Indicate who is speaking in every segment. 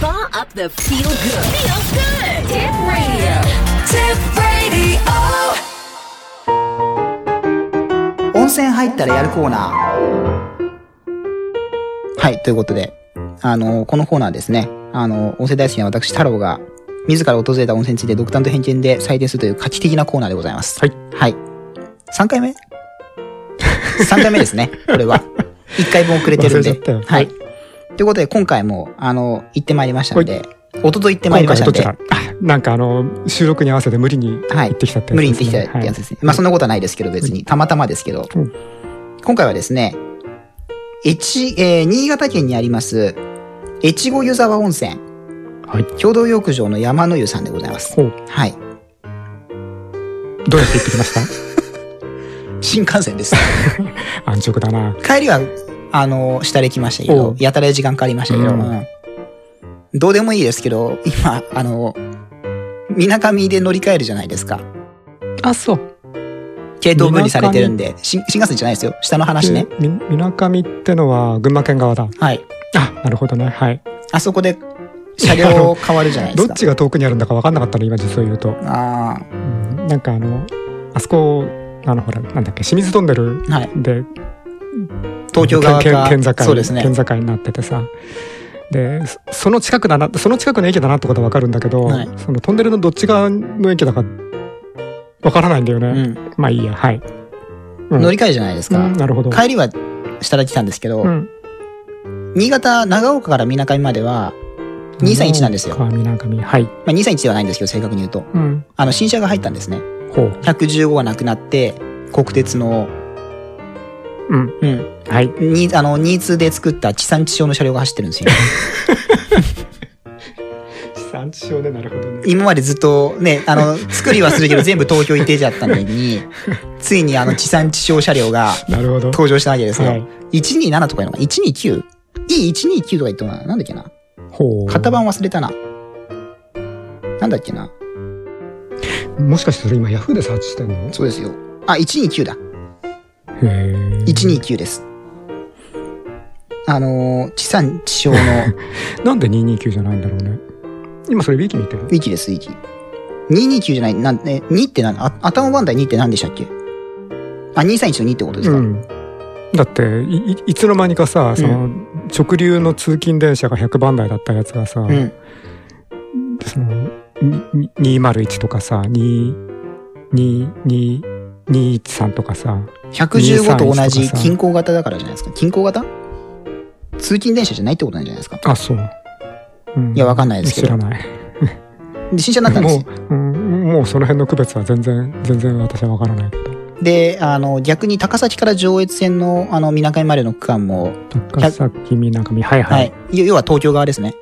Speaker 1: Power up the feel good. Feel good. Tip radio.
Speaker 2: Tip Radio.
Speaker 3: 温泉入ったらやるコーナー。はい、ということで、あの、このコーナーですね、あの、温泉大好きな私、太郎が、自ら訪れた温泉地で独断と偏見で採点するという画期的なコーナーでございます。
Speaker 4: はい。
Speaker 3: はい。3回目 ?3 回目です ね、これは。1回分遅れてるんで。
Speaker 4: 忘れちゃったよ
Speaker 3: はい。ということで、今回も、あの、行ってまいりましたので、一昨日行ってまいりましたので、
Speaker 4: 今回はどちらなんかあの、収録に合わせて無理に
Speaker 3: はい。
Speaker 4: 行ってきたって
Speaker 3: 無理
Speaker 4: や
Speaker 3: に
Speaker 4: つ
Speaker 3: 行ってき
Speaker 4: です
Speaker 3: た
Speaker 4: ね
Speaker 3: ってやつですね。まあそんなことはないですけど、別に。たまたまですけど。
Speaker 4: うん
Speaker 3: 今回はですね、越えー新潟県にあります、越後湯沢温泉、
Speaker 4: はい。はい
Speaker 3: 共同浴場の山の湯さんでございます。
Speaker 4: ほう
Speaker 3: はい。
Speaker 4: どうやって行ってきまし
Speaker 3: 新幹線 です。
Speaker 4: た 安直だな。
Speaker 3: 帰りは、あの、下で来ましたけ
Speaker 4: お
Speaker 3: ど
Speaker 4: う、
Speaker 3: やたら時間かかりましたけど、
Speaker 4: うん
Speaker 3: うんどうでもいいですけど、今、あの、みなかみで乗り換えるじゃないですか。
Speaker 4: あ、そう。
Speaker 3: 系統分離されてるんで、新新幹線じゃないですよ。下の話ね。
Speaker 4: み、みなかみってのは群馬県側だ。
Speaker 3: はい。
Speaker 4: あ、なるほどね。はい。
Speaker 3: あそこで車両変わるじゃないで
Speaker 4: ど
Speaker 3: す
Speaker 4: っ
Speaker 3: か。
Speaker 4: ちが遠くにあるんだか分かんなかったの、今実を言うと。
Speaker 3: あ
Speaker 4: うんなんかあの、あそこ、あの、ほら、なんだっけ、清水トンネル
Speaker 3: あ、はい。
Speaker 4: で、
Speaker 3: 東京側
Speaker 4: 県
Speaker 3: か。
Speaker 4: 県県境
Speaker 3: そうですね。
Speaker 4: 県境になっててさでそその近くだなその近くの駅だなってことは分かるんだけど、
Speaker 3: はい
Speaker 4: そのトンネルのどっち側の駅だか分からないんだよね、
Speaker 3: うん。
Speaker 4: まあいいやはい、うん
Speaker 3: 乗り換えじゃないですか。
Speaker 4: うんなるほど
Speaker 3: 帰りは下田来たんですけど、
Speaker 4: うん
Speaker 3: 新潟、長岡から水上までは、231なんですよ。ま
Speaker 4: 川南上はい、
Speaker 3: あ、231ではないんですけど、正確に言うと。
Speaker 4: うん、
Speaker 3: あの、新車が入ったんですね。
Speaker 4: ほう
Speaker 3: 115がなくなって、国鉄の、
Speaker 4: うん
Speaker 3: うん。
Speaker 4: はい
Speaker 3: に、あの、22で作った地産地消の車両が走ってるんです よ。
Speaker 4: 地産地消ねなるほどね
Speaker 3: 今までずっとね、あの、作りはするけど全部東京移転じゃったの に、ついにあの地産地消車両が
Speaker 4: なるほど
Speaker 3: 登場したわけですよ。
Speaker 4: はい
Speaker 3: 127とかいうのか ?129?E129 とか言ってもな、なんだっけな
Speaker 4: ほう
Speaker 3: 型番忘れたな。なんだっけな
Speaker 4: もしかしてそれ今ヤフーでサーチしてんのへ
Speaker 3: そうですよ。あ、129だ。
Speaker 4: え
Speaker 3: 129です。あのー、地産地消 の
Speaker 4: なんで229じゃないんだろうね今それウィキ見てる
Speaker 3: ウィキです、ウィキ。229じゃない、なん、え、2って何あ、頭番台2って何でしたっけあ、231の2ってことですか、
Speaker 4: うん、だっていいいつの間にかさその、直流の通勤電車が100番台だったやつがさ、
Speaker 3: うん。
Speaker 4: そのにに201とかさ223とかさ
Speaker 3: 115と同じ
Speaker 4: 231
Speaker 3: 均衡型だからじゃないですか。均衡型通勤電車じゃないってことなんじゃないですか。
Speaker 4: あそう、うん
Speaker 3: いやわかんないですけど
Speaker 4: 知らない
Speaker 3: で、新車になったんですよ
Speaker 4: も。う、うん、もうその辺の区別は全然全然私はわからないけど
Speaker 3: で、あの、逆に高崎から上越線の、あの、みなかみまでの区間も、
Speaker 4: 高崎みなかみはいは
Speaker 3: はいい。要要は東京側ですね。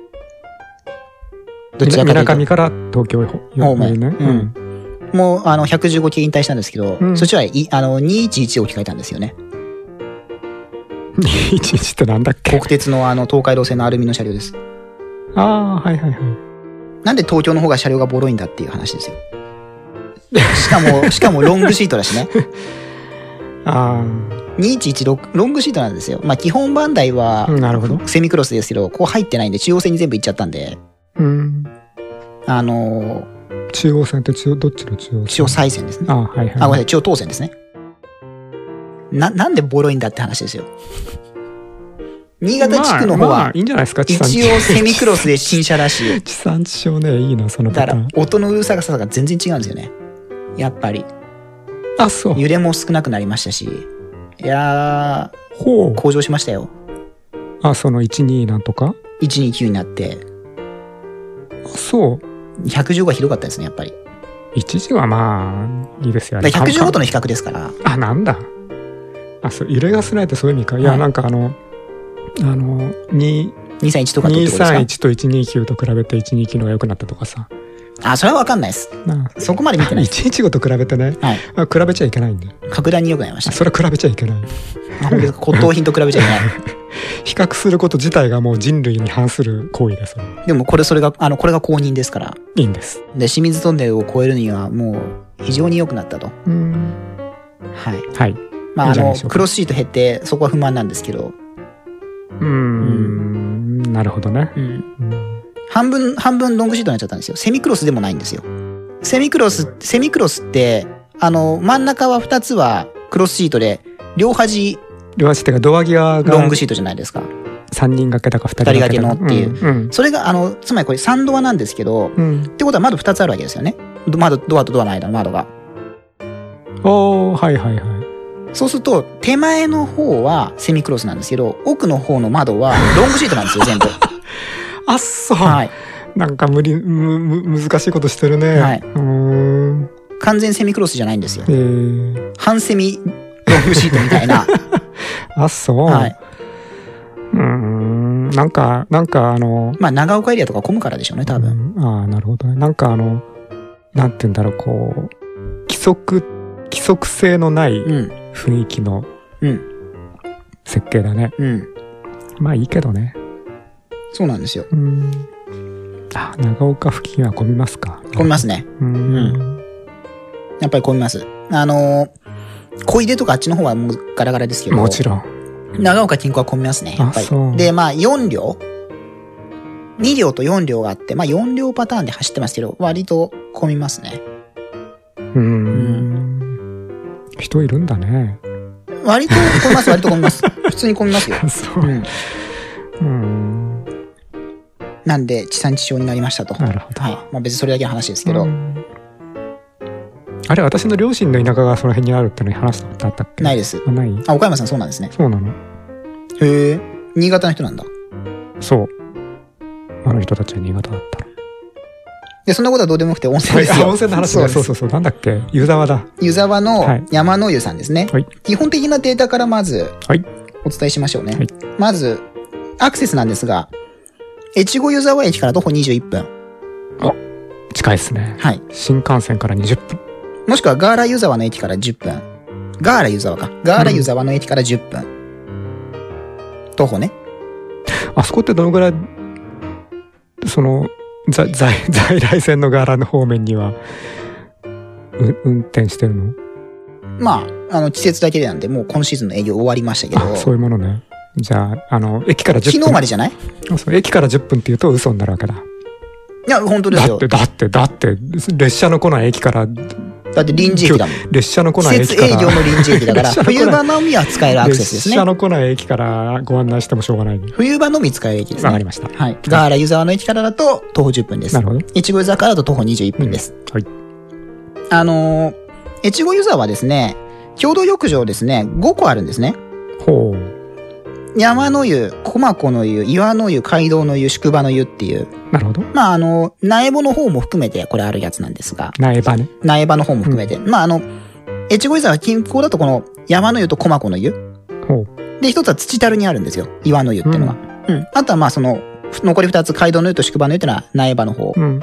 Speaker 3: どっちが
Speaker 4: みな
Speaker 3: 高
Speaker 4: か
Speaker 3: い
Speaker 4: み
Speaker 3: と
Speaker 4: から東京
Speaker 3: 方
Speaker 4: 方
Speaker 3: 面
Speaker 4: 面ね
Speaker 3: うんもう、あの、115系引退したんですけど、
Speaker 4: うん
Speaker 3: そっちはい、あの、211を置き換えたんですよね。
Speaker 4: 211ってなんだっけ
Speaker 3: 国鉄の、あの、東海道線のアルミの車両です。
Speaker 4: ああーはいはいはい
Speaker 3: なんで東京の方が車両がボロいんだっていう話 ですよ。しかも、しかもロングシートだしね。
Speaker 4: あ
Speaker 3: 2116、ロングシートなんですよ。まあ、基本番台は
Speaker 4: あ、なるほど
Speaker 3: セミクロスですけど、こう入ってないんで、中央線に全部行っちゃったんで、
Speaker 4: うん
Speaker 3: あの
Speaker 4: 中央線って中央どっちの中央線
Speaker 3: 中央再線ですね。
Speaker 4: あはいはい。
Speaker 3: あ、ごめんなさい、中央当選ですね。な、なんでボロいんだって話ですよ。新潟地区の方
Speaker 4: まあまあ、
Speaker 3: はい
Speaker 4: いんじゃないですか、地
Speaker 3: 一
Speaker 4: 産地
Speaker 3: 応セミクロスで新車だ し、
Speaker 4: 地産地消ね、いいな、その
Speaker 3: だ
Speaker 4: パ
Speaker 3: か
Speaker 4: ター
Speaker 3: ら
Speaker 4: ン。
Speaker 3: 音のうるささが全然違うんですよね。やっぱり。
Speaker 4: あ、そう。
Speaker 3: 揺れも少なくなりましたし、いや
Speaker 4: ほう
Speaker 3: ー、。向上しましたよ。
Speaker 4: あ、その12なんとか
Speaker 3: 129になって、
Speaker 4: あそう。
Speaker 3: 115がひどかったですね、やっぱり。
Speaker 4: 一時はまあ、いいですよね。
Speaker 3: だから115と
Speaker 4: の。
Speaker 3: の比較ですから。
Speaker 4: あ、なんだ。あ、そう、揺れが少ないってそういう意味か。い
Speaker 3: は
Speaker 4: や、
Speaker 3: い
Speaker 4: なんかあの、あの、2、
Speaker 3: 231とかってことですか
Speaker 4: 231と129と比べて129のが良くなったとかさ。
Speaker 3: あ、それはわかんないです。
Speaker 4: なあ
Speaker 3: そこまで見てないです。
Speaker 4: 115と比べてね、
Speaker 3: はい。
Speaker 4: あ比べちゃいけないんだよ。
Speaker 3: 格段に良くなりまし
Speaker 4: あ
Speaker 3: た。
Speaker 4: それは比べちゃいけない。
Speaker 3: あ本当ですか骨董品と比べちゃいけない。
Speaker 4: 比較すること自体がもう人類に反する行為です。それ
Speaker 3: でもこれそれが、あの、これが公認ですから。
Speaker 4: いいんです。
Speaker 3: で、清水トンネルを越えるにはもう非常に良くなったと。
Speaker 4: うん。
Speaker 3: はい。
Speaker 4: はい。
Speaker 3: まあ、
Speaker 4: い
Speaker 3: あ
Speaker 4: いんじゃない
Speaker 3: の
Speaker 4: でしょ、うか
Speaker 3: クロスシート減ってそこは不満なんですけど。
Speaker 4: うーん、なるほどね。
Speaker 3: うん。半分、半分ロングシートになっちゃったんですよ。セミクロスでもないんですよ。セミクロス、セミクロスって、あの、真ん中は2つはクロスシートで、両端
Speaker 4: 両足っていうかドア際
Speaker 3: ロン
Speaker 4: が
Speaker 3: グシートじゃないですか。
Speaker 4: 3人掛けだか2人掛けだか
Speaker 3: 二人掛けのって
Speaker 4: うん
Speaker 3: それが、あの、つまりこれ3ドアなんですけど、っ
Speaker 4: うん、
Speaker 3: てことは窓2つあるわけですよね。ど窓、ドアとドアの間の窓が。
Speaker 4: うんおーはいはいはい
Speaker 3: そうすると、手前の方はセミクロスなんですけど、奥の方の窓はロングシートなんですよ、 全部。
Speaker 4: あっそう、
Speaker 3: はい。
Speaker 4: なんか無理むむ難しいことしてるね、
Speaker 3: はいう
Speaker 4: ーん
Speaker 3: 完全セミクロスじゃないんですよ
Speaker 4: え。ー、
Speaker 3: 半セミロングシートみたいな。
Speaker 4: あっ そう、
Speaker 3: はい。
Speaker 4: うーんなんかなんかあの
Speaker 3: まあ、長岡エリアとか混むからでしょうね、多分。
Speaker 4: うんああなるほどねなんかあのなんて言うんだろうこう規則規則性のない
Speaker 3: うん。
Speaker 4: 雰囲気の
Speaker 3: うん。
Speaker 4: 設計だね、
Speaker 3: うん。
Speaker 4: まあいいけどね
Speaker 3: そうなんですよ。
Speaker 4: うんあ長岡付近は混みますか
Speaker 3: 混みますね。
Speaker 4: うん、
Speaker 3: やっぱり混みます。あのー小出とかあっちの方はもうガラガラですけど。
Speaker 4: もちろん
Speaker 3: 長岡近郊は混みますね、やっぱり
Speaker 4: あそう。
Speaker 3: で、まあ、4両 ?2 両と4両があって、まあ、4両パターンで走ってますけど、割と混みますね。
Speaker 4: うん、人いるんだね
Speaker 3: 割と混みます、割と混みます。普通に混みますよ。。
Speaker 4: そううんうん
Speaker 3: なんで、地産地消になりましたと。
Speaker 4: なるほど
Speaker 3: はい。まあ、別にそれだけの話ですけど。
Speaker 4: うんあれ私の両親の田舎がその辺にあるってのに話したことあったっけ
Speaker 3: ない
Speaker 4: い
Speaker 3: です。
Speaker 4: ない
Speaker 3: あ、岡山さんそうなんですね。
Speaker 4: そうなの
Speaker 3: へえ。新潟の人なんだ。
Speaker 4: そう。あの人たちは新潟だったの。
Speaker 3: で、そんなことはどうでもよくて温泉です
Speaker 4: あ
Speaker 3: よ。
Speaker 4: 温泉の話
Speaker 3: そう
Speaker 4: だ。
Speaker 3: です
Speaker 4: そうそうそう。なんだっけ湯沢だ。
Speaker 3: 湯沢の
Speaker 4: はい
Speaker 3: 山の湯さんですね。
Speaker 4: はい
Speaker 3: 基本的なデータからまず
Speaker 4: はい。
Speaker 3: お伝えしましょうね。
Speaker 4: はい
Speaker 3: まず、アクセスなんですが、越後湯沢駅から徒歩21分。
Speaker 4: 近いですね。
Speaker 3: はい。
Speaker 4: 新幹線から20分。
Speaker 3: もしくはガーラ湯沢の駅から10分。ガーラ湯沢か。ガーラ湯沢の駅から10分。徒歩ね。
Speaker 4: あそこってどのぐらい、その、在、在、 在来線の柄の方面には、う運転してるの
Speaker 3: まあ、あの、季節だけでなんで、もう今シーズンの営業終わりましたけ
Speaker 4: あ、そ
Speaker 3: ど、
Speaker 4: ういうものね。じゃあ、あの、駅から10分。
Speaker 3: 昨日までじゃない
Speaker 4: あそう駅から10分って言うと嘘になるわけだ。
Speaker 3: いや、本当です
Speaker 4: だっ
Speaker 3: よ
Speaker 4: て、。だって、だって、列車の来ない駅から、
Speaker 3: だって臨時駅だもん。
Speaker 4: 列車の来ない
Speaker 3: 季
Speaker 4: 駅
Speaker 3: 節
Speaker 4: から。
Speaker 3: 営業の臨時駅だから、
Speaker 4: 列車の来ない
Speaker 3: 冬場のみは使えるアクセスです
Speaker 4: 列
Speaker 3: ね
Speaker 4: 車。の来ない駅からご案内してもしょうがないね。
Speaker 3: 冬場のみ使える駅です
Speaker 4: わかり
Speaker 3: ね。
Speaker 4: ました。
Speaker 3: はい。ガーラ湯沢の駅からだと徒歩10分です
Speaker 4: な。るほど。
Speaker 3: 越後湯沢からだと徒歩21分です。
Speaker 4: はい。
Speaker 3: あのー、越後湯沢はですね、共同浴場ですね、5個あるんですね。
Speaker 4: ほう。
Speaker 3: 山の湯、駒子の湯、岩の湯、街道の湯、宿場の湯っていう。
Speaker 4: なるほど。
Speaker 3: まあ、あの、苗場の方も含めてこれあるやつなんですが、
Speaker 4: 苗場ね。
Speaker 3: 苗場の方も含めて。まあ、あの、越後湯沢近郊だとこの山の湯と駒子の湯。
Speaker 4: ほう。
Speaker 3: で、一つは土樽にあるんですよ。岩の湯っていうのは。うん。あとはまあその、ふ残り二つ、街道の湯と宿場の湯っていうのは苗場の方
Speaker 4: うん。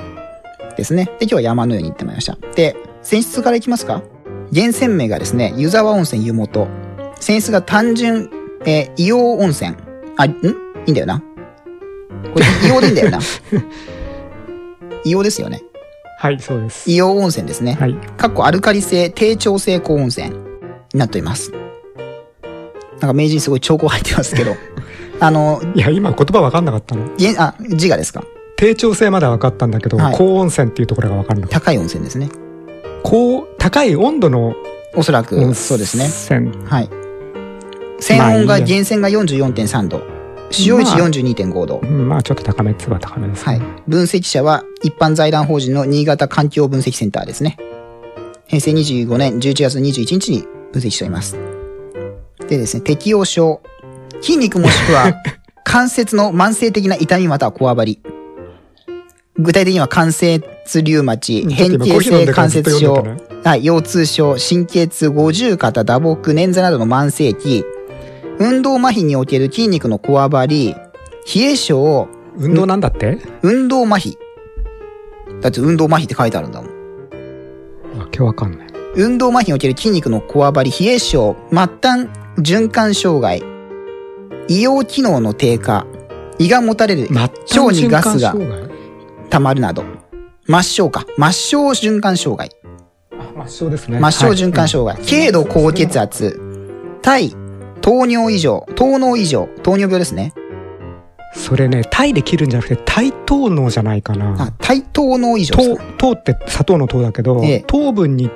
Speaker 3: ですね。で、今日は山の湯に行ってまいりました。で、泉質から行きますか源泉名がですね、湯沢温泉湯元。泉質が単純、えー硫黄温泉。あ、んいいんだよな。これ、硫黄でいいんだよ な。硫黄ですよね。
Speaker 4: はい、そうです。
Speaker 3: 硫黄温泉ですね。
Speaker 4: はい。
Speaker 3: かっこアルカリ性低調性高温泉になっております。なんか名人すごい兆候入ってますけ ど。あの、
Speaker 4: いや、今言葉分かんなかったの。
Speaker 3: げんあ、自我ですか
Speaker 4: 低調性までは分かったんだけど、
Speaker 3: はい
Speaker 4: 高温泉っていうところが分かんなかっ
Speaker 3: 高い温泉ですね。
Speaker 4: た。高、高い温度の
Speaker 3: おそらく、
Speaker 4: 温泉。
Speaker 3: そうですね。
Speaker 4: ね。
Speaker 3: はい。泉温
Speaker 4: まあ
Speaker 3: が、
Speaker 4: いいや
Speaker 3: 源泉が44.3度。使用率42.5度。
Speaker 4: まあ、ちょっと高めっつうは高めです、
Speaker 3: は
Speaker 4: ね。
Speaker 3: い。分析者は、一般財団法人の新潟環境分析センターですね。平成25年11月21日に分析しております。でですね、適応症。筋肉もしく は、関節の慢性的な痛みまたはこわばり。具体的には関節リウマチ、
Speaker 4: ちょっと
Speaker 3: 変
Speaker 4: 今
Speaker 3: 形性関
Speaker 4: ずっと
Speaker 3: 節
Speaker 4: 読ん
Speaker 3: 症
Speaker 4: でたね、
Speaker 3: はい、腰痛症、神経痛、五十肩、打撲、捻挫などの慢性期、運動麻痺における筋肉のこわばり、冷え症、
Speaker 4: 運動なんだって、
Speaker 3: 運動麻痺。だって運動麻痺って書いてあるんだもん。
Speaker 4: わけわかんない。
Speaker 3: 運動麻痺における筋肉のこわばり、冷え症、末端循環障害、胃用機能の低下、胃がもたれる、
Speaker 4: 末端
Speaker 3: 腸にガスが
Speaker 4: 循環障
Speaker 3: 溜まるなど、末梢か、末梢循環障害、
Speaker 4: 害あ末梢ですね。
Speaker 3: 末梢循環障害、
Speaker 4: はい
Speaker 3: 軽度高血。圧、体、糖尿異常、糖脳異常、糖尿病ですね。
Speaker 4: それね、タイで切るんじゃなくて、タイ糖能じゃないか
Speaker 3: あ
Speaker 4: な。、
Speaker 3: 対等の以上です
Speaker 4: 糖
Speaker 3: か、
Speaker 4: 糖って砂糖の糖だけど、
Speaker 3: ええ
Speaker 4: 糖分に、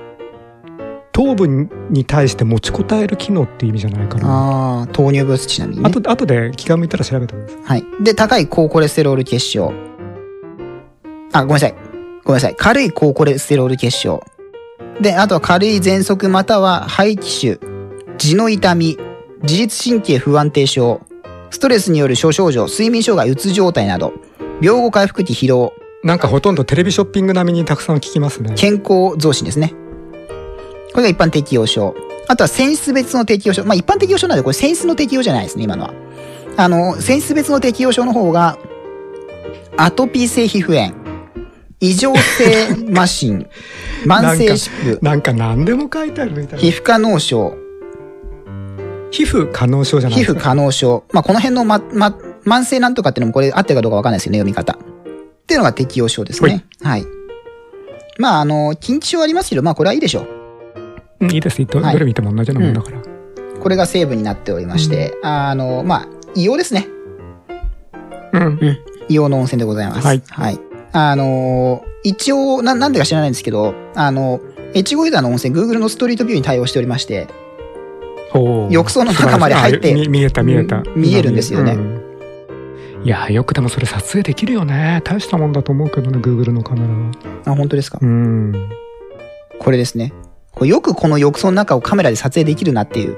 Speaker 4: 糖分に対して持ちこたえる機能って意味じゃないかな。
Speaker 3: ああ、糖尿病ちなみに、ね。
Speaker 4: あと、あとで気が向いたら調べてください。
Speaker 3: はい。で、高い高コレステロール結晶。あ、ごめんなさい。ごめんなさい。軽い高コレステロール結晶。で、あとは軽い喘息または肺気腫、痔の痛み、自律神経不安定症、ストレスによる諸症状、睡眠障害、うつ状態など、病後回復期疲労、
Speaker 4: なんかほとんどテレビショッピング並みにたくさん聞きますね。
Speaker 3: 健康増進ですね。これが一般適用症。あとはセンス別の適用症。まあ、一般適用症なんでこれセンスの適用じゃないですね、今のは。あの、センス別の適用症の方が、アトピー性皮膚炎、異常性麻 疹、慢性疾風、
Speaker 4: なんか何でも書いてあるみたい
Speaker 3: 皮
Speaker 4: な。
Speaker 3: 膚科脳症、
Speaker 4: 皮膚可能症じゃな
Speaker 3: 皮
Speaker 4: いです
Speaker 3: 膚
Speaker 4: か。
Speaker 3: 可能症。まあ、この辺のま、ま、慢性なんとかっていうのもこれ合ってるかどうかわかんないですよね、読み方。っていうのが適用症ですね。はい。まあ、あの、緊張症ありますけど、まあ、これはいいでしょう。
Speaker 4: うんいいです。どど
Speaker 3: はい
Speaker 4: れ見ても同じようなもんだから。
Speaker 3: これが成分になっておりまして、あの、まあ、硫黄ですね。
Speaker 4: うん。
Speaker 3: 硫黄の温泉でございます。
Speaker 4: はい
Speaker 3: あの、一応、な、なんでか知らないんですけど、あの、越後湯沢の温泉、Google のストリートビューに対応しておりまして、
Speaker 4: おー
Speaker 3: 浴槽の中まで入って
Speaker 4: 素晴らしいあ見見えた見えた。
Speaker 3: うん見えるんですよね
Speaker 4: うんいやよくでもそれ撮影できるよね大したもんだと思うけどね Google のカメラは
Speaker 3: あ、本当ですか、
Speaker 4: うん
Speaker 3: これですね。これよくこの浴槽の中をカメラで撮影できるなっていう、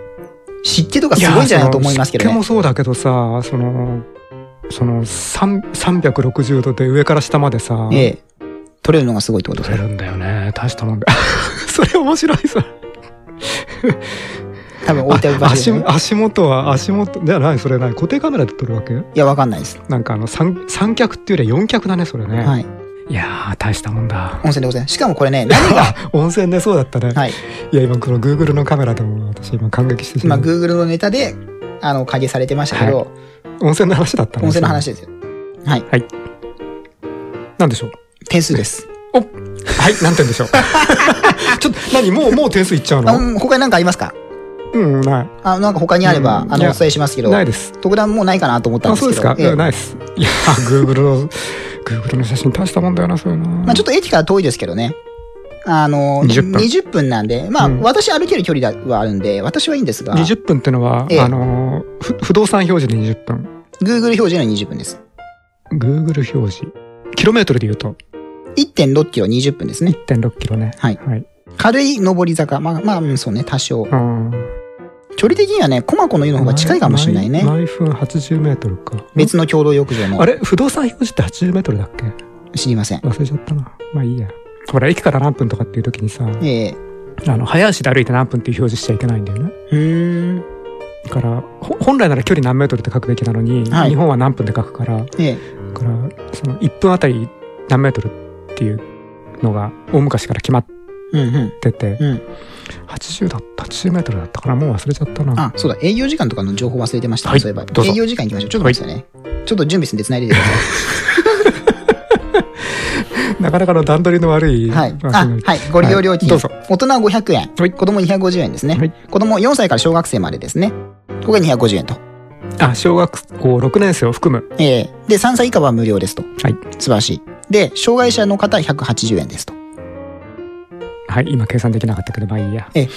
Speaker 3: 湿気とかすごいんじゃない
Speaker 4: や
Speaker 3: のと思いますけど
Speaker 4: その
Speaker 3: ね。
Speaker 4: 湿気もそうだけどさそのその三360度で上から下までさ、
Speaker 3: ええ。取れるのがすごいってことで
Speaker 4: 撮
Speaker 3: す
Speaker 4: れ
Speaker 3: ね。
Speaker 4: るんだよね大したもんだ それ面白いさ
Speaker 3: 多分置いてある
Speaker 4: あ
Speaker 3: 場所
Speaker 4: 足
Speaker 3: でね、
Speaker 4: 足元は足元じゃないそれない固定カメラで撮るわけ
Speaker 3: いや、わかんないです。
Speaker 4: なんかあの三三脚っていうよりは四脚だねそれね、、
Speaker 3: はいい。
Speaker 4: やー大したもんだ
Speaker 3: 温泉でございます。しかもこれね、何が、
Speaker 4: あ温泉でそうだったね、
Speaker 3: はい。
Speaker 4: いや今この Google のカメラでも私今感激してし
Speaker 3: 今、
Speaker 4: まう
Speaker 3: Google のネタで、あの、影されてましたけど、
Speaker 4: 温泉の話だった
Speaker 3: 温泉の話
Speaker 4: そ
Speaker 3: ですよ。はい。
Speaker 4: れなんでしょう
Speaker 3: 点数です。
Speaker 4: おはい何点でしょう ちょっと何もうもう点数いっちゃう
Speaker 3: あ、
Speaker 4: の
Speaker 3: うん他に何かありますか
Speaker 4: うんない
Speaker 3: あ、なんか他にあれば、
Speaker 4: うん
Speaker 3: あ
Speaker 4: い
Speaker 3: の、
Speaker 4: や
Speaker 3: お伝えしますけど。
Speaker 4: ないです
Speaker 3: 特段もうないかなと思ったん
Speaker 4: あ
Speaker 3: ですけ
Speaker 4: そう
Speaker 3: ど。
Speaker 4: ですか、
Speaker 3: ええ
Speaker 4: うんないですいや Google の Google の写真大したもんだよなそういうの
Speaker 3: まあちょっ
Speaker 4: っ
Speaker 3: と駅から遠いですけどね。あの、
Speaker 4: 20分
Speaker 3: 20分なんで、まあ、
Speaker 4: うん
Speaker 3: 私歩ける距離だはあるんで、私はいいんですが、
Speaker 4: 20分ってのは、
Speaker 3: ええ
Speaker 4: あのーふ不動産表示で20分
Speaker 3: Google 表示の20分です。
Speaker 4: Google 表示キロメートルで言うと
Speaker 3: 1.6キロ20分ですね。
Speaker 4: 1.6キロね
Speaker 3: はい
Speaker 4: はい
Speaker 3: 軽い上り坂。まあ、まあ、うんそうね、多少。
Speaker 4: うん
Speaker 3: 距離的にはね、コマコの湯の方が近いかもしれないね。
Speaker 4: 毎毎分80メートルか
Speaker 3: 別の共同浴場も
Speaker 4: あれ不動産表示って80メートルだっけ
Speaker 3: 知りません。
Speaker 4: 忘れちゃったな。まあいいや。ほら、駅から何分とかっていう時にさ、
Speaker 3: ええ
Speaker 4: あの、早足で歩いて何分っていう表示しちゃいけないんだよね。
Speaker 3: うーん。
Speaker 4: だから、ほ本来なら距離何メートルって書くべきなのに、
Speaker 3: はい
Speaker 4: 日本は何分で書くから、だ
Speaker 3: ええ
Speaker 4: から、その1分あたり何メートルっていうのが大昔から決まっ
Speaker 3: うんうん。
Speaker 4: てて、
Speaker 3: うん。
Speaker 4: 80だった、80メートルだったからもう忘れちゃったな。
Speaker 3: あ、そうだ、営業時間とかの情報忘れてましたね、
Speaker 4: はい
Speaker 3: そういえば。
Speaker 4: どうぞ
Speaker 3: 営業時間行きましょう。ちょっと待ってくださいね。ちょっと準備するんで繋いでてくださ
Speaker 4: なかなかの段取りの悪い。
Speaker 3: い。はい。
Speaker 4: ま
Speaker 3: あ、はい。ご利用料金。
Speaker 4: どうぞ。
Speaker 3: 大人500円。
Speaker 4: はい
Speaker 3: 子供250円ですね。
Speaker 4: はい
Speaker 3: 子供4歳から小学生までですね。ここが250円と。
Speaker 4: あ、小学校6年生を含む。
Speaker 3: ええで、3歳以下は無料ですと。
Speaker 4: はい。
Speaker 3: 素晴らしい。で、障害者の方は180円ですと。
Speaker 4: はい、今計算できなかったけど、まあいいや。
Speaker 3: ええ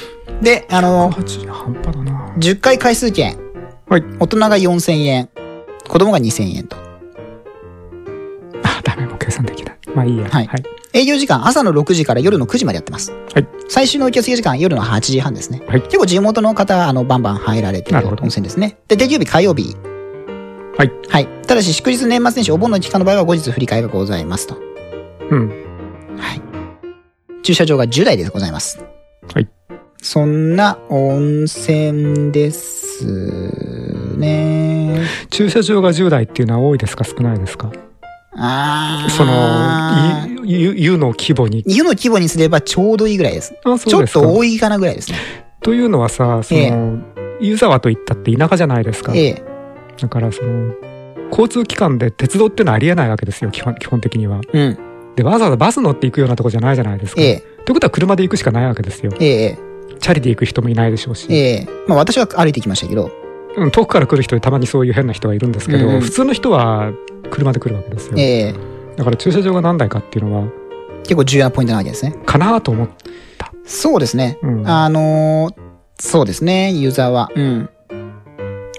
Speaker 3: で、あの、
Speaker 4: 80半端だな。
Speaker 3: 10回回数券。
Speaker 4: はい。
Speaker 3: 大人が4000円。子供が2000円と。
Speaker 4: あ、ダメ、もう計算できない。まあいいや。
Speaker 3: はい
Speaker 4: はい。
Speaker 3: 営業時間、朝の6時から夜の9時までやってます。
Speaker 4: はい
Speaker 3: 最終の受付時間、夜の8時半ですね。
Speaker 4: はい
Speaker 3: 結構地元の方は、あの、バンバン入られて
Speaker 4: な
Speaker 3: る
Speaker 4: るほど
Speaker 3: 温泉ですね。で、定休日、火曜日。
Speaker 4: はい。
Speaker 3: はい。ただし、祝日、年末年始、お盆の期間の場合は後日振り替えがございますと。
Speaker 4: うん。
Speaker 3: はい。駐車場が10台でございます。
Speaker 4: はい。
Speaker 3: そんな温泉ですね。
Speaker 4: 駐車場が10台っていうのは多いですか少ないですか
Speaker 3: あー。
Speaker 4: その、いゆ湯の規模に。
Speaker 3: 湯の規模にすればちょうどいいぐらいです。
Speaker 4: あ
Speaker 3: ち
Speaker 4: そう
Speaker 3: ょ
Speaker 4: で
Speaker 3: っ
Speaker 4: すか
Speaker 3: と多いかなぐらいですね。
Speaker 4: というのはさ、そ
Speaker 3: ええ
Speaker 4: の、湯沢といったって田舎じゃないですか。
Speaker 3: ええ。
Speaker 4: だからその、交通機関で鉄道っていうのはありえないわけですよ、基本基本的には。
Speaker 3: うん。
Speaker 4: で、わざわざバス乗って行くようなとこじゃないじゃないですか。
Speaker 3: ええ。
Speaker 4: ということは車で行くしかないわけですよ。
Speaker 3: ええ。
Speaker 4: チャリで行く人もいないでしょうし。
Speaker 3: ええまあ私は歩いてきましたけど、
Speaker 4: うん遠くから来る人でたまにそういう変な人がいるんですけど、
Speaker 3: うん
Speaker 4: 普通の人は車で来るわけですよ、
Speaker 3: ええ
Speaker 4: だから駐車場が何台かっていうのは
Speaker 3: 結構重要なポイントなわけですね。
Speaker 4: かなと思って、
Speaker 3: そうですね。
Speaker 4: うん
Speaker 3: あのーそうですね、ユーザーは。うん。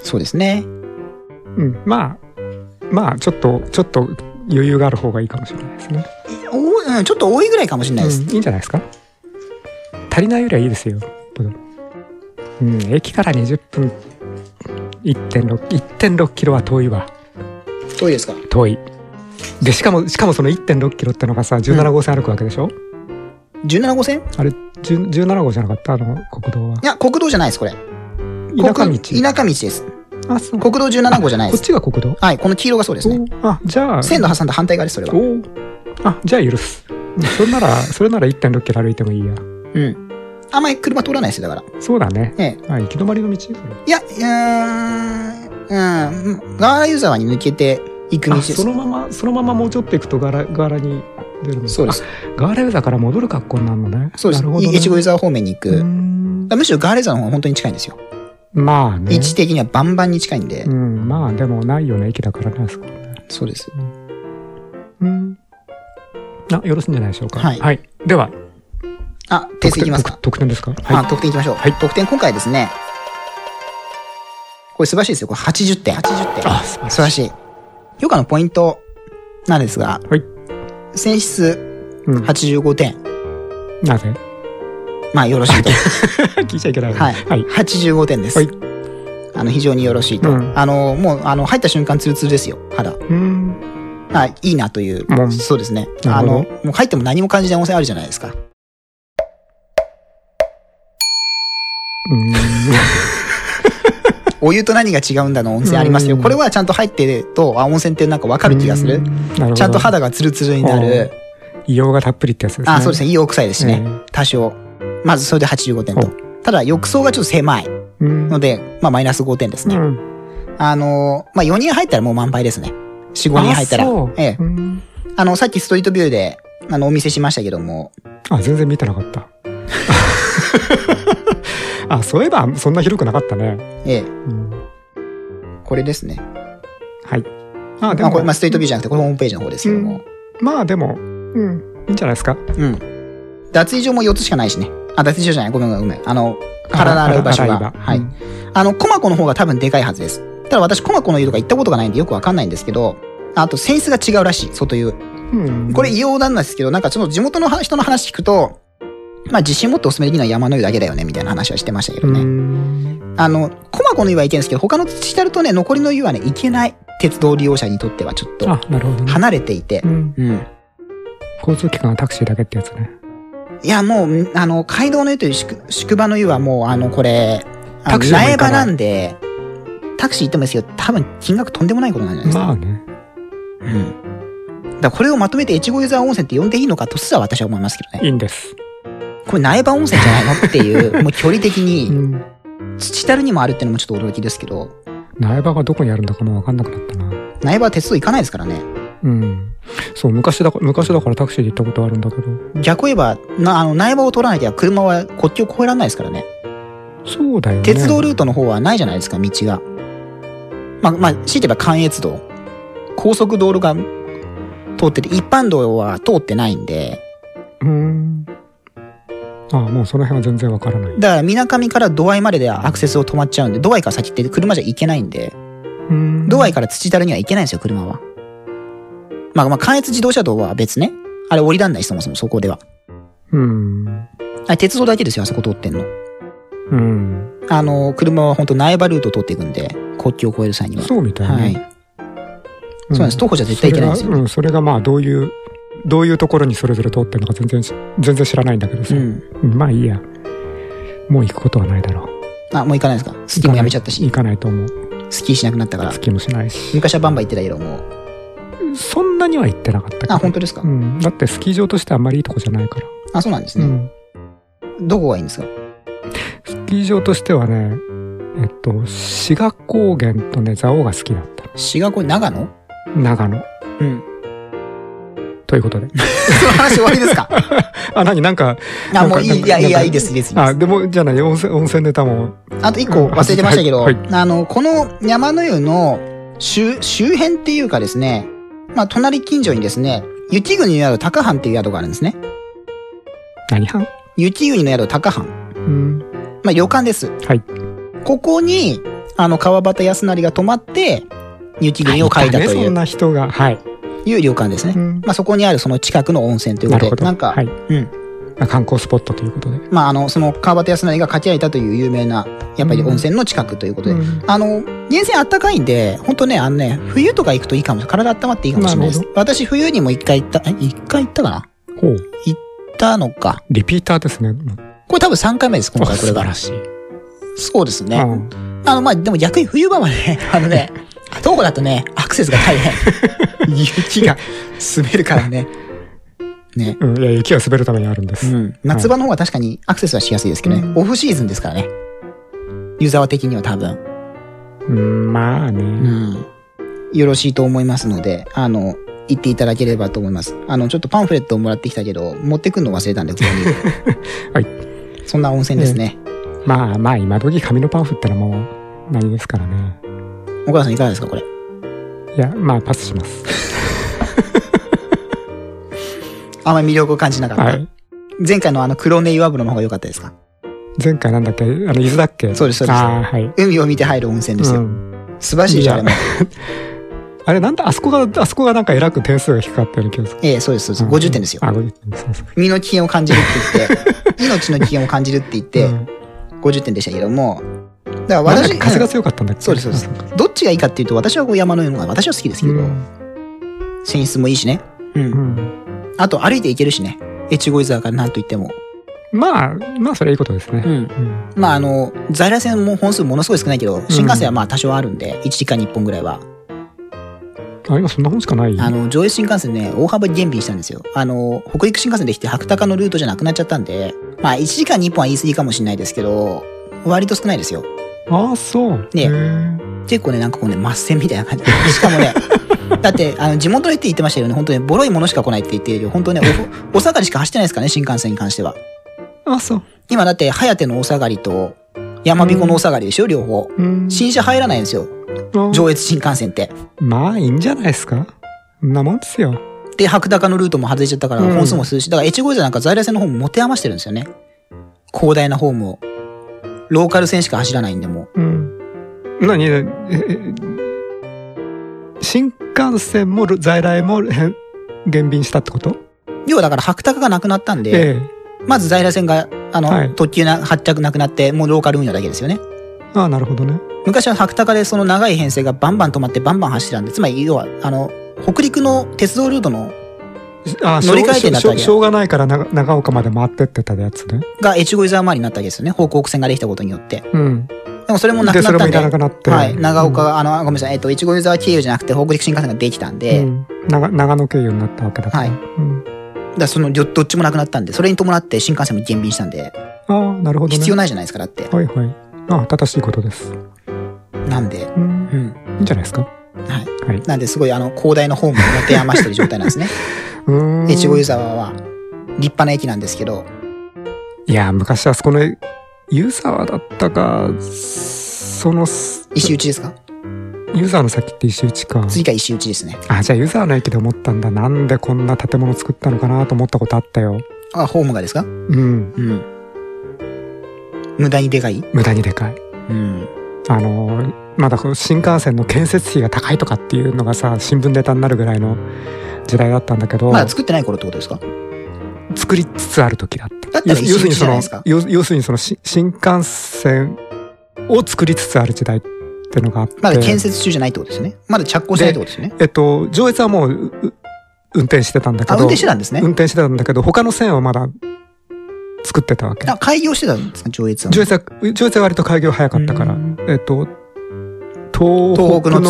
Speaker 3: そうですね。
Speaker 4: うん、まあまあちょっとちょっと余裕がある方がいいかもしれないですね、
Speaker 3: おうんちょっと多いぐらいかもしれないです。
Speaker 4: うんいいんじゃないですか足りないよりはいいですようん駅から20分1.6 1.6キロは遠いわ
Speaker 3: 多いですか
Speaker 4: 遠いでしかもしかもその1.6キロってのがさ17号線歩くわけでしょ、
Speaker 3: ?17 号線
Speaker 4: あれ10 17号じゃなかったあの国道はい
Speaker 3: や、国道じゃないです、これ。
Speaker 4: 田舎道
Speaker 3: 国田舎道です。
Speaker 4: あそう
Speaker 3: 国道17号じゃない
Speaker 4: こ
Speaker 3: です。
Speaker 4: っちが国道
Speaker 3: はい、この黄色がそうですね。
Speaker 4: おあじゃあ
Speaker 3: 線路挟んだ反対側です、それは。
Speaker 4: おあじゃあ許すそれならそれなら1.6キロ歩いてもいいや
Speaker 3: うん。あんまり車通らないですよ、だか
Speaker 4: そうだね
Speaker 3: ら。ええ。
Speaker 4: まあ行き止まりの道
Speaker 3: いや、うーん、うん、ガーラユーザーに抜けていく道
Speaker 4: あ
Speaker 3: です
Speaker 4: そ。のままそのままもうちょっと行くとガラガラに出るの
Speaker 3: そうです。
Speaker 4: あガーラユーザーから戻る格好になるのね
Speaker 3: そうです。
Speaker 4: なるほど、ね、
Speaker 3: い越後ユーザー方面に行く。
Speaker 4: うー
Speaker 3: だか
Speaker 4: ん
Speaker 3: らむしろガーラユーザーの方が本当に近いんですよ。
Speaker 4: まあね
Speaker 3: 位置的にはバンバンに近いんで。
Speaker 4: うんまあでもないよね駅だからねあそこね
Speaker 3: そうです。
Speaker 4: うんあよろしいんじゃないでしょうか
Speaker 3: はい
Speaker 4: では
Speaker 3: あ、訂正いきますか
Speaker 4: 特。特典ですか
Speaker 3: あ、
Speaker 4: は
Speaker 3: 得点いきましょう。
Speaker 4: はい
Speaker 3: 得点今回ですね。これ素晴らしいですよ。これ80点。80点。
Speaker 4: あ素晴らし
Speaker 3: 素
Speaker 4: い
Speaker 3: 晴らしい。ヨガのポイントなんですが、
Speaker 4: はい
Speaker 3: 選出
Speaker 4: い、うん、
Speaker 3: 85点。
Speaker 4: なぜ
Speaker 3: まあ、よろしいと。
Speaker 4: 聞いちゃいけない
Speaker 3: はい。
Speaker 4: はい、
Speaker 3: 85点です。
Speaker 4: はい
Speaker 3: あの、非常によろしいと。
Speaker 4: うん
Speaker 3: あの、もう、あの、入った瞬間ツルツルですよ、肌。
Speaker 4: うん
Speaker 3: あ、いいなという。
Speaker 4: うん
Speaker 3: そうですね。
Speaker 4: な
Speaker 3: あ
Speaker 4: るほど
Speaker 3: の、もう入っても何も感じない温泉あるじゃないですか。
Speaker 4: うん
Speaker 3: お湯と何が違うんだの温泉ありますよ。
Speaker 4: うん
Speaker 3: これはちゃんと入ってると、あ、温泉ってなんかわかる気がす
Speaker 4: う
Speaker 3: る
Speaker 4: ん。なるほど
Speaker 3: ちゃんと肌がツルツルになる。
Speaker 4: 異様がたっぷりってやつですね
Speaker 3: あ、そうです
Speaker 4: ね
Speaker 3: ね。いい奥さいですしね。
Speaker 4: うん
Speaker 3: 多少。まずそれで85点と。ただ、浴槽がちょっと狭い
Speaker 4: うん
Speaker 3: ので、まあ、マイナス5点ですね。
Speaker 4: うん
Speaker 3: あのーまあ、4人入ったらもう満杯ですね。4、5人入ったら
Speaker 4: あそう。
Speaker 3: ええ
Speaker 4: う。ん
Speaker 3: あの、さっきストリートビューで、あの、お見せしましたけども、
Speaker 4: あ、全然見てなかった。 あ、そういえばそんな広くなかったね。
Speaker 3: ええ、
Speaker 4: うん、
Speaker 3: これですね。
Speaker 4: はい。あ、で
Speaker 3: まあ、
Speaker 4: も、
Speaker 3: これ、ま
Speaker 4: ま
Speaker 3: あ、ストリートビューじゃなくて、これホームページの方ですけども。
Speaker 4: あでも、うん、いいんじゃないですか。
Speaker 3: うん。脱衣所も4つしかないしね。あ、脱衣所じゃない。ごめんごめんごめん。あの、体洗う場所
Speaker 4: あら
Speaker 3: が。
Speaker 4: 洗い場
Speaker 3: は
Speaker 4: う
Speaker 3: い
Speaker 4: ん。
Speaker 3: あの、コマコの方が多分でかいはずです。ただ私、コマコの湯とか行ったことがないんでよくわかんないんですけど、あと、泉質が違うらしい、外湯。
Speaker 4: うん、
Speaker 3: これ、異様なんですけど、なんかその地元の人の話聞くと、まあ、自信持っておすすめできるのは山の湯だけだよね、みたいな話はしてましたけ
Speaker 4: う
Speaker 3: どね。
Speaker 4: ん、
Speaker 3: あの、コマコの湯は行けるんですけど、他の自治体だとね、残りの湯はね、行けない。鉄道利用者にとってはちょっと
Speaker 4: あ、なるほど、ね。
Speaker 3: 離れていて
Speaker 4: う。ん、
Speaker 3: うん。
Speaker 4: 交通機関はタクシーだけってやつね。
Speaker 3: いや、もう、あの、街道の湯という宿宿場の湯はもう、あの、これ、あの
Speaker 4: タクシーも
Speaker 3: 苗場
Speaker 4: 行かない
Speaker 3: なんで、タクシー行ってもいいですけど、多分金額とんでもないことなんじゃないですか。
Speaker 4: まあね。
Speaker 3: うん。だからこれをまとめて越後湯沢温泉って呼んでいいのかとすら私は思いますけどね。
Speaker 4: いいんです。こ
Speaker 3: これ苗場温泉じゃないのって いう、もう距離的
Speaker 4: う
Speaker 3: に、
Speaker 4: ん、
Speaker 3: 土樽にもあるってのもちょっと驚きですけど、
Speaker 4: 苗場がどこにあるんだかもわかんなくなったな。
Speaker 3: 苗場は鉄道行かないですからね。
Speaker 4: うん。そう、昔だから、昔だからタクシーで行ったことあるんだけど。
Speaker 3: 逆を言えば、な、あの、苗場を取らなきゃ車は国境を越えられないですからね。
Speaker 4: そうだよね。
Speaker 3: 鉄道ルートの方はないじゃないですか、道が。まあ、まあ、強いて言えば関越道。高速道路が通ってて、一般道は通ってないんで、
Speaker 4: うん。あもうその辺は全然わからない。
Speaker 3: だから水上から度合いまでではアクセスを止まっちゃうんで、度合いから先って車じゃ行けないんで、
Speaker 4: うん。
Speaker 3: 度合いから土樽には行けないんですよ、車は。まあまあ、関越自動車道は別ね。あれ降りらんないし、そもそもそこでは。
Speaker 4: うん。
Speaker 3: あれ鉄道だけですよ、あそこ通ってんの。
Speaker 4: うん。
Speaker 3: あの、車は本当苗場ルート通っていくんで、国境を越える際には。
Speaker 4: そうみたい
Speaker 3: はい。
Speaker 4: ね。
Speaker 3: そうなんです。徒歩じゃ絶対行けないんですよ
Speaker 4: それ。がうん、それがまあどういう、どういうところにそれぞれ通ってるのか全然し、全然知らないんだけど
Speaker 3: う
Speaker 4: さ。
Speaker 3: ん。
Speaker 4: うんまあいいや。もう行くことはないだろう。
Speaker 3: あ、もう行かないですかスキーもやめちゃったし
Speaker 4: 行、かないと思う。
Speaker 3: スキーしなくなったから
Speaker 4: 好。きもしないし。
Speaker 3: 昔はバンバン行ってたけどもう。
Speaker 4: そんなには行ってなかったけど。
Speaker 3: あ、本当ですか、
Speaker 4: うん。だってスキー場としてあんまりいいとこじゃないから。
Speaker 3: あ、そうなんです
Speaker 4: う
Speaker 3: ね。
Speaker 4: ん。
Speaker 3: どこがいいんですか
Speaker 4: スキー場としてはね、えっと、志賀高原とね、蔵王が好きだった。
Speaker 3: 滋賀湖、 長野
Speaker 4: 長野。
Speaker 3: うん。
Speaker 4: ということで。
Speaker 3: その話終わりですか
Speaker 4: あ、何なんか、
Speaker 3: あ、
Speaker 4: なんか
Speaker 3: もうい、
Speaker 4: ないん
Speaker 3: い
Speaker 4: か
Speaker 3: や、い
Speaker 4: なん
Speaker 3: や、
Speaker 4: か
Speaker 3: いいです、いいです。いいで
Speaker 4: あ、
Speaker 3: す
Speaker 4: でも、じゃない、温泉、温泉ネタも
Speaker 3: あと一個忘れてましたけど、
Speaker 4: はいは
Speaker 3: あの、この山の湯の周周辺っていうかですね、まあ、隣近所にですね、雪国の宿高藩っていう宿があるんですね。
Speaker 4: 何班
Speaker 3: 雪国の宿高藩。
Speaker 4: うん。
Speaker 3: まあ、旅館です。
Speaker 4: はい。
Speaker 3: ここに、あの、川端康成が泊まって、雪国を書いたと
Speaker 4: ね
Speaker 3: い
Speaker 4: そん
Speaker 3: う、
Speaker 4: な人が。はい。
Speaker 3: いう旅館ですね。
Speaker 4: うん
Speaker 3: まあ、そこにあるその近くの温泉というこ
Speaker 4: な
Speaker 3: と
Speaker 4: る
Speaker 3: で、
Speaker 4: ほ
Speaker 3: な
Speaker 4: ど。
Speaker 3: んか、
Speaker 4: はい。
Speaker 3: うん。
Speaker 4: まあ観光スポットということで。
Speaker 3: まあ、あの、その川端康成が書き上げたという有名な、やっぱり温泉の近くということで、
Speaker 4: うん
Speaker 3: あの、源泉あったかいんで、本当ね、あのね、冬とか行くといいかもしれない。体温まっていいかもしれないです
Speaker 4: なる。
Speaker 3: 私、冬にも一回行った、え、一回行ったかな
Speaker 4: ほう。
Speaker 3: 行ったのか。
Speaker 4: リピーターですね。
Speaker 3: これ多分3回目です、今
Speaker 4: あ
Speaker 3: 回これ
Speaker 4: 素晴
Speaker 3: が
Speaker 4: ら。しい。
Speaker 3: そうですね。
Speaker 4: うん
Speaker 3: あの、まあ、でも逆に冬場はね、 あの ね、東湖だとね、アクセスが大変。雪が滑るからね。ね。
Speaker 4: うん。いや、雪は滑るためにあるんで
Speaker 3: う
Speaker 4: す。
Speaker 3: ん。夏場の方が確かにアクセスはしやすいですけどね。オフシーズンですからね。ユーザー的には多分。
Speaker 4: うん、まあ
Speaker 3: う
Speaker 4: ね。
Speaker 3: ん。よろしいと思いますので、あの、行っていただければと思います。あの、ちょっとパンフレットをもらってきたけど、持ってくるの忘れたんで、ここに。
Speaker 4: はい。
Speaker 3: そんな温泉ですね。
Speaker 4: まあまあ、今時紙のパンフったらもう、何ですからね。
Speaker 3: お母さんいかがですか、これ。
Speaker 4: いや、まあ、パスします。
Speaker 3: あんまり魅力を感じなかった。
Speaker 4: はい。
Speaker 3: 前回のあの、黒根岩風呂の方が良かったですか
Speaker 4: 前回なんだっけあの、伊豆だっけ
Speaker 3: そうですそうです
Speaker 4: ああ、はい。
Speaker 3: 海を見て入る温泉ですよ。
Speaker 4: うん
Speaker 3: 素晴らしいでしょ、あれも。
Speaker 4: あれ、なんだ、あそこが、あそこがなんか偉く点数が低かったような気がする。
Speaker 3: ええ、そうです、そうです。50点ですよ。
Speaker 4: あ、50点。そうそう。
Speaker 3: 身の危険を感じる って言って、命の危険を感じるって言って
Speaker 4: う、ん
Speaker 3: 50点でしたけども。だから
Speaker 4: なん
Speaker 3: 私、
Speaker 4: か風が
Speaker 3: うん
Speaker 4: 強かったんだっけ
Speaker 3: そうです、そうです。どっちがいいかっていうと、私はこう山のようなのが私は好きですけど、泉質もいいしね。う。
Speaker 4: うんん。
Speaker 3: あと歩いていけるしね。越後湯沢からなんと言っても。
Speaker 4: まあ、まあ、それはいいことですね。
Speaker 3: ん。
Speaker 4: うん
Speaker 3: まああの、在来線も本数ものすごい少ないけど、新幹線はまあ多少あるんで、1時間に1本ぐらいは。
Speaker 4: あ、今そんな本しかない
Speaker 3: あの、上越新幹線ね、大幅に減便したんですよ。あの、北陸新幹線できて白鷹のルートじゃなくなっちゃったんで、まあ1時間に1本は言い過ぎかもしれないですけど、割と少ないですよ。
Speaker 4: ああ、そう。
Speaker 3: ね
Speaker 4: へー
Speaker 3: 結構ね、なんかこうね、抹線みたいな感じ で。しかもね、だって、あの、地元の人言ってましたよね、本当にボロいものしか来ないって言ってるよ。本当ね、お、お下がりしか走ってないですからね、新幹線に関しては。
Speaker 4: あ、そう。
Speaker 3: 今だって、早手のお下がりと、山彦のお下がりでしょ、両方。
Speaker 4: うん。
Speaker 3: 新車入らないんですよ。
Speaker 4: あ
Speaker 3: 上越新幹線って。
Speaker 4: まあ、いいんじゃないですか。そんなもんですよ。
Speaker 3: で、白鷹のルートも外れちゃったから、
Speaker 4: うん
Speaker 3: 本数も数し、だから越後じゃなんか在来線の方も持て余してるんですよね。広大なホームを。ローカル線しか走らないんで、もう。
Speaker 4: うん。何ええ新幹線も在来もへん減便したってこと
Speaker 3: 要はだから白鷹がなくなったんで、
Speaker 4: ええ。
Speaker 3: まず在来線が、あの、
Speaker 4: はい
Speaker 3: 特急な発着なくなって、もうローカル運用だけですよね。
Speaker 4: ああ、なるほどね。
Speaker 3: 昔は白鷹でその長い編成がバンバン止まってバンバン走ってたんで、つまり要は、あの、北陸の鉄道ルートの、
Speaker 4: あ
Speaker 3: 乗り換えて
Speaker 4: しょ
Speaker 3: なったわけだ
Speaker 4: しょしょうがないから長長岡まで回ってってたやつね。
Speaker 3: が越後湯沢周りになったわけですよね。方向線ができたことによって。
Speaker 4: うん。
Speaker 3: でもそれもなく
Speaker 4: で、
Speaker 3: な
Speaker 4: そ
Speaker 3: っ
Speaker 4: れ
Speaker 3: た
Speaker 4: も
Speaker 3: ん
Speaker 4: い
Speaker 3: で。
Speaker 4: らなくなって。
Speaker 3: はい。長岡が、あの、ごめんなさい。えっと、越後湯沢経由じゃなくて北陸新幹線ができたん
Speaker 4: う
Speaker 3: で、
Speaker 4: ん、うん長長野経由になったわけだから。
Speaker 3: はい
Speaker 4: うん、
Speaker 3: だからその両どっちもなくなったんで、それに伴って新幹線も減便したんで、
Speaker 4: ああ、なるほど、ね。
Speaker 3: 必要ないじゃないですか、だって。
Speaker 4: はいはい。ああ、正しいことです。
Speaker 3: なんで、
Speaker 4: うん
Speaker 3: う。ん。
Speaker 4: いいんじゃないですか。
Speaker 3: はい。
Speaker 4: はい。
Speaker 3: なんで、すごい、あの、広大なホームを持て余してる状態なんですね。
Speaker 4: うーん。
Speaker 3: 越後湯沢は、立派な駅なんですけど、
Speaker 4: いや、昔はそこの、湯沢だったか、その、す
Speaker 3: 石打ちですか
Speaker 4: 湯沢の先って石打ちか。
Speaker 3: 次が石打ちですね。
Speaker 4: あ、じゃあ湯沢の駅で思ったんだ。なんでこんな建物作ったのかなと思ったことあったよ。
Speaker 3: あ、ホームがですか
Speaker 4: うん。
Speaker 3: うん。無駄にでかい
Speaker 4: 無駄にでかい。
Speaker 3: うん。
Speaker 4: あのまだこの新幹線の建設費が高いとかっていうのがさ新聞ネタになるぐらいの時代だったんだけど、
Speaker 3: まだ作ってない頃ってことですか
Speaker 4: 作りつつある時だって
Speaker 3: だったら
Speaker 4: 要する
Speaker 3: 一日
Speaker 4: に
Speaker 3: じ
Speaker 4: そ
Speaker 3: ゃないで
Speaker 4: の
Speaker 3: すか
Speaker 4: 要要するにそのし新幹線を作りつつある時代ってのがあって、
Speaker 3: まだ建設中じゃないってことですね。まだ着工してないってことですね。
Speaker 4: えっと、上越はもううう運転してたんだけ
Speaker 3: あ、
Speaker 4: ど
Speaker 3: 運転してたんですね。
Speaker 4: 運転してたんだけど他の線はまだ作ってたわけ
Speaker 3: あ、開業してたんですか上越は。
Speaker 4: 上越は上越は割と開業早かったから
Speaker 3: うん
Speaker 4: えっと東
Speaker 3: 東
Speaker 4: 北
Speaker 3: 北の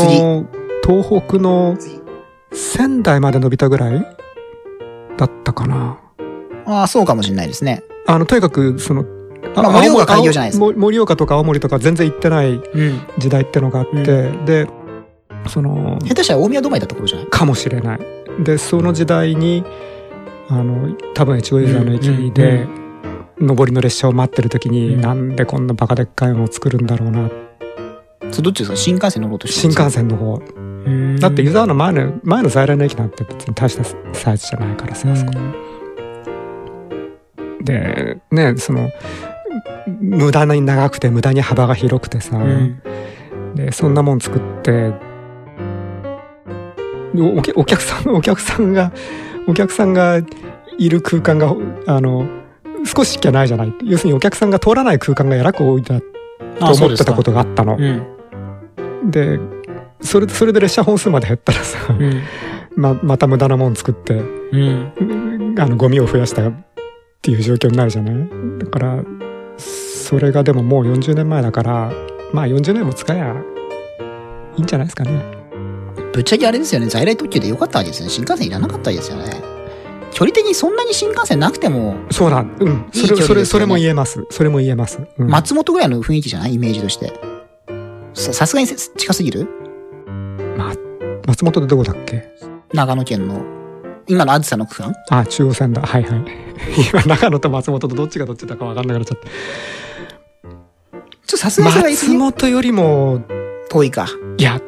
Speaker 4: の東北の仙台まで伸びたぐらいだったかな
Speaker 3: あそうかもしれないですね。
Speaker 4: あのとにかくそのあ
Speaker 3: まあ盛岡
Speaker 4: 青森
Speaker 3: 開業じゃないです
Speaker 4: 青盛岡とか青森とか全然行ってない
Speaker 3: うん。
Speaker 4: 時代ってのがあって、でその
Speaker 3: 下手したら大宮止まりだった頃じゃない
Speaker 4: かもしれないでその時代にあの多分越後湯沢の駅で、上りの列車を待ってる時に、
Speaker 3: うん
Speaker 4: なんでこんなバカでっかいのを作るんだろうな。
Speaker 3: それどっちですか新幹線乗ろうとして
Speaker 4: 新
Speaker 3: るんですか
Speaker 4: 幹線の方。
Speaker 3: うん
Speaker 4: だって湯沢の前の、前の在来の駅なんて別に大したサイズじゃないからさ、あそこで、ね、その、無駄に長くて無駄に幅が広くてさ、
Speaker 3: うん
Speaker 4: で、そんなもん作って、おお客お客さん、お客さんが、お客さんがいる空間が、あの、少ししかないじゃない。要するにお客さんが通らない空間がやらく多いなと
Speaker 3: あそう
Speaker 4: 思
Speaker 3: で
Speaker 4: っ
Speaker 3: す
Speaker 4: て
Speaker 3: か
Speaker 4: たことがあったの。
Speaker 3: うん
Speaker 4: でそれ、それで列車本数まで減ったらさ、
Speaker 3: うん
Speaker 4: ま、また無駄なもん作って、
Speaker 3: うん
Speaker 4: あのゴミを増やしたっていう状況になるじゃないだからそれがでももう40年前だからまあ40年も使えばいいんじゃないですかね
Speaker 3: ぶっちゃけあれですよね在来特急でよかったわけですよね新幹線いらなかったわけですよね距離的にそんなに新幹線なくても
Speaker 4: そうだうんそ
Speaker 3: いい距離です
Speaker 4: れ
Speaker 3: よね
Speaker 4: それそれも言えますそれも言えます、うん
Speaker 3: 松本ぐらいの雰囲気じゃないイメージとしてささすがにせ近すぎる
Speaker 4: ま松本でどこだっけ
Speaker 3: 長野県の今のあずさの区間
Speaker 4: あ中央線だはいはい 今長野と松本とどっちがどっちだか分かんなくなっちゃっ
Speaker 3: ち
Speaker 4: た
Speaker 3: ょっとさすがにそれは言い過ぎ
Speaker 4: 松本よりも
Speaker 3: 遠いか
Speaker 4: いや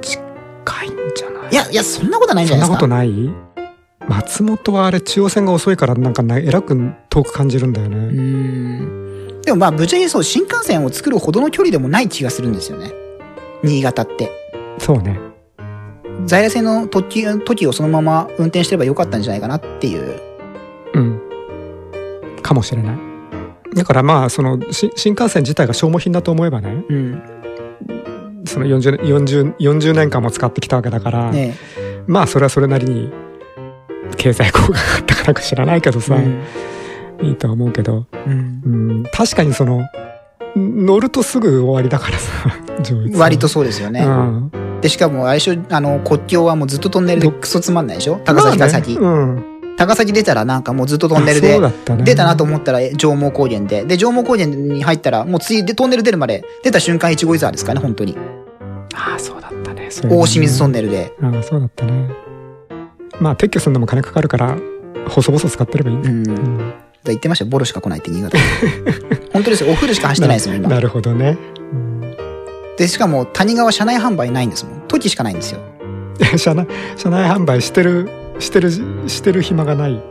Speaker 4: 近いんじゃない
Speaker 3: いやいやそんなことはないんじ
Speaker 4: そ
Speaker 3: ゃ
Speaker 4: ん
Speaker 3: な
Speaker 4: ない
Speaker 3: で
Speaker 4: こ
Speaker 3: すか
Speaker 4: とない松本はあれ中央線が遅いからなんかなえらく遠く感じるんだよね、
Speaker 3: うーんでもまあぶっちゃけそう新幹線を作るほどの距離でもない気がするんですよね新潟って
Speaker 4: そうね
Speaker 3: 在来線の特急時をそのまま運転してればよかったんじゃないかなっていう
Speaker 4: うんかもしれないだからまあそのし新幹線自体が消耗品だと思えばね
Speaker 3: うん
Speaker 4: その 40, 40, 40年間も使ってきたわけだから、
Speaker 3: ね
Speaker 4: まあそれはそれなりに経済効果があったかなんか知らないけど
Speaker 3: え
Speaker 4: さ、いいとは思うけど、
Speaker 3: うん
Speaker 4: うん、確かにその乗るとすぐ終わりだか らさ上越は
Speaker 3: 割とそうですよね、
Speaker 4: うん、
Speaker 3: でしかも相性あの国境はもうずっとトンネルでクソつまんないでしょ高崎から先、
Speaker 4: まあねうん、
Speaker 3: 高崎出たらなんかもうずっとトンネル
Speaker 4: あ
Speaker 3: で
Speaker 4: そうだったね
Speaker 3: 出たなと思ったら上毛高原でで上毛高原に入ったらもう次でトンネル出るまで出た瞬間一期一会ですからね本当に
Speaker 4: ああそうだったねそういうのね
Speaker 3: 大清水トンネルで
Speaker 4: ああそうだったねまあ撤去するのも金かかるから細々使ってればいいん
Speaker 3: う
Speaker 4: だ、
Speaker 3: んだか
Speaker 4: うん
Speaker 3: ら言ってましたよボロしか来ないって新 潟本当ですよお風呂しか走ってないですもん
Speaker 4: な
Speaker 3: 今
Speaker 4: るほどね、
Speaker 3: でしかも谷川車内販売ないんですもん時しかないんですよ
Speaker 4: うん、社内社内販売してるしてるしてる暇がない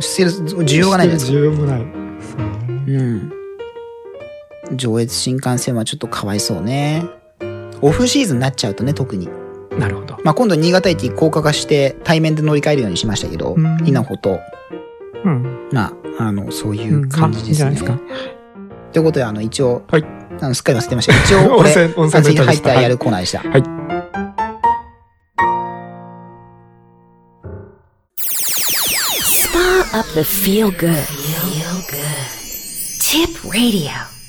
Speaker 3: セールス需要がないじゃないです
Speaker 4: して
Speaker 3: か
Speaker 4: る需要もないそうね
Speaker 3: うん上越新幹線はちょっとかわいそうねオフシーズンになっちゃうとね特に
Speaker 4: なるほど
Speaker 3: まあ今度新潟駅高架化して対面で乗り換えるようにしましたけど、
Speaker 4: うん
Speaker 3: 稲穂と、
Speaker 4: うん
Speaker 3: まあ、あの、そういう感じです
Speaker 4: うんいいん
Speaker 3: ね。
Speaker 4: じゃない
Speaker 3: ということで、あの、一応、
Speaker 4: はい
Speaker 3: あの、すっかり忘れてましたけど。一 応、これ、
Speaker 4: 温泉温泉
Speaker 3: 温泉に
Speaker 4: の歌
Speaker 3: 入
Speaker 4: で
Speaker 3: っ
Speaker 4: した
Speaker 3: たらやるコーナーでした。
Speaker 4: はい
Speaker 1: Spa up the feel good. Feel good. Tip radio.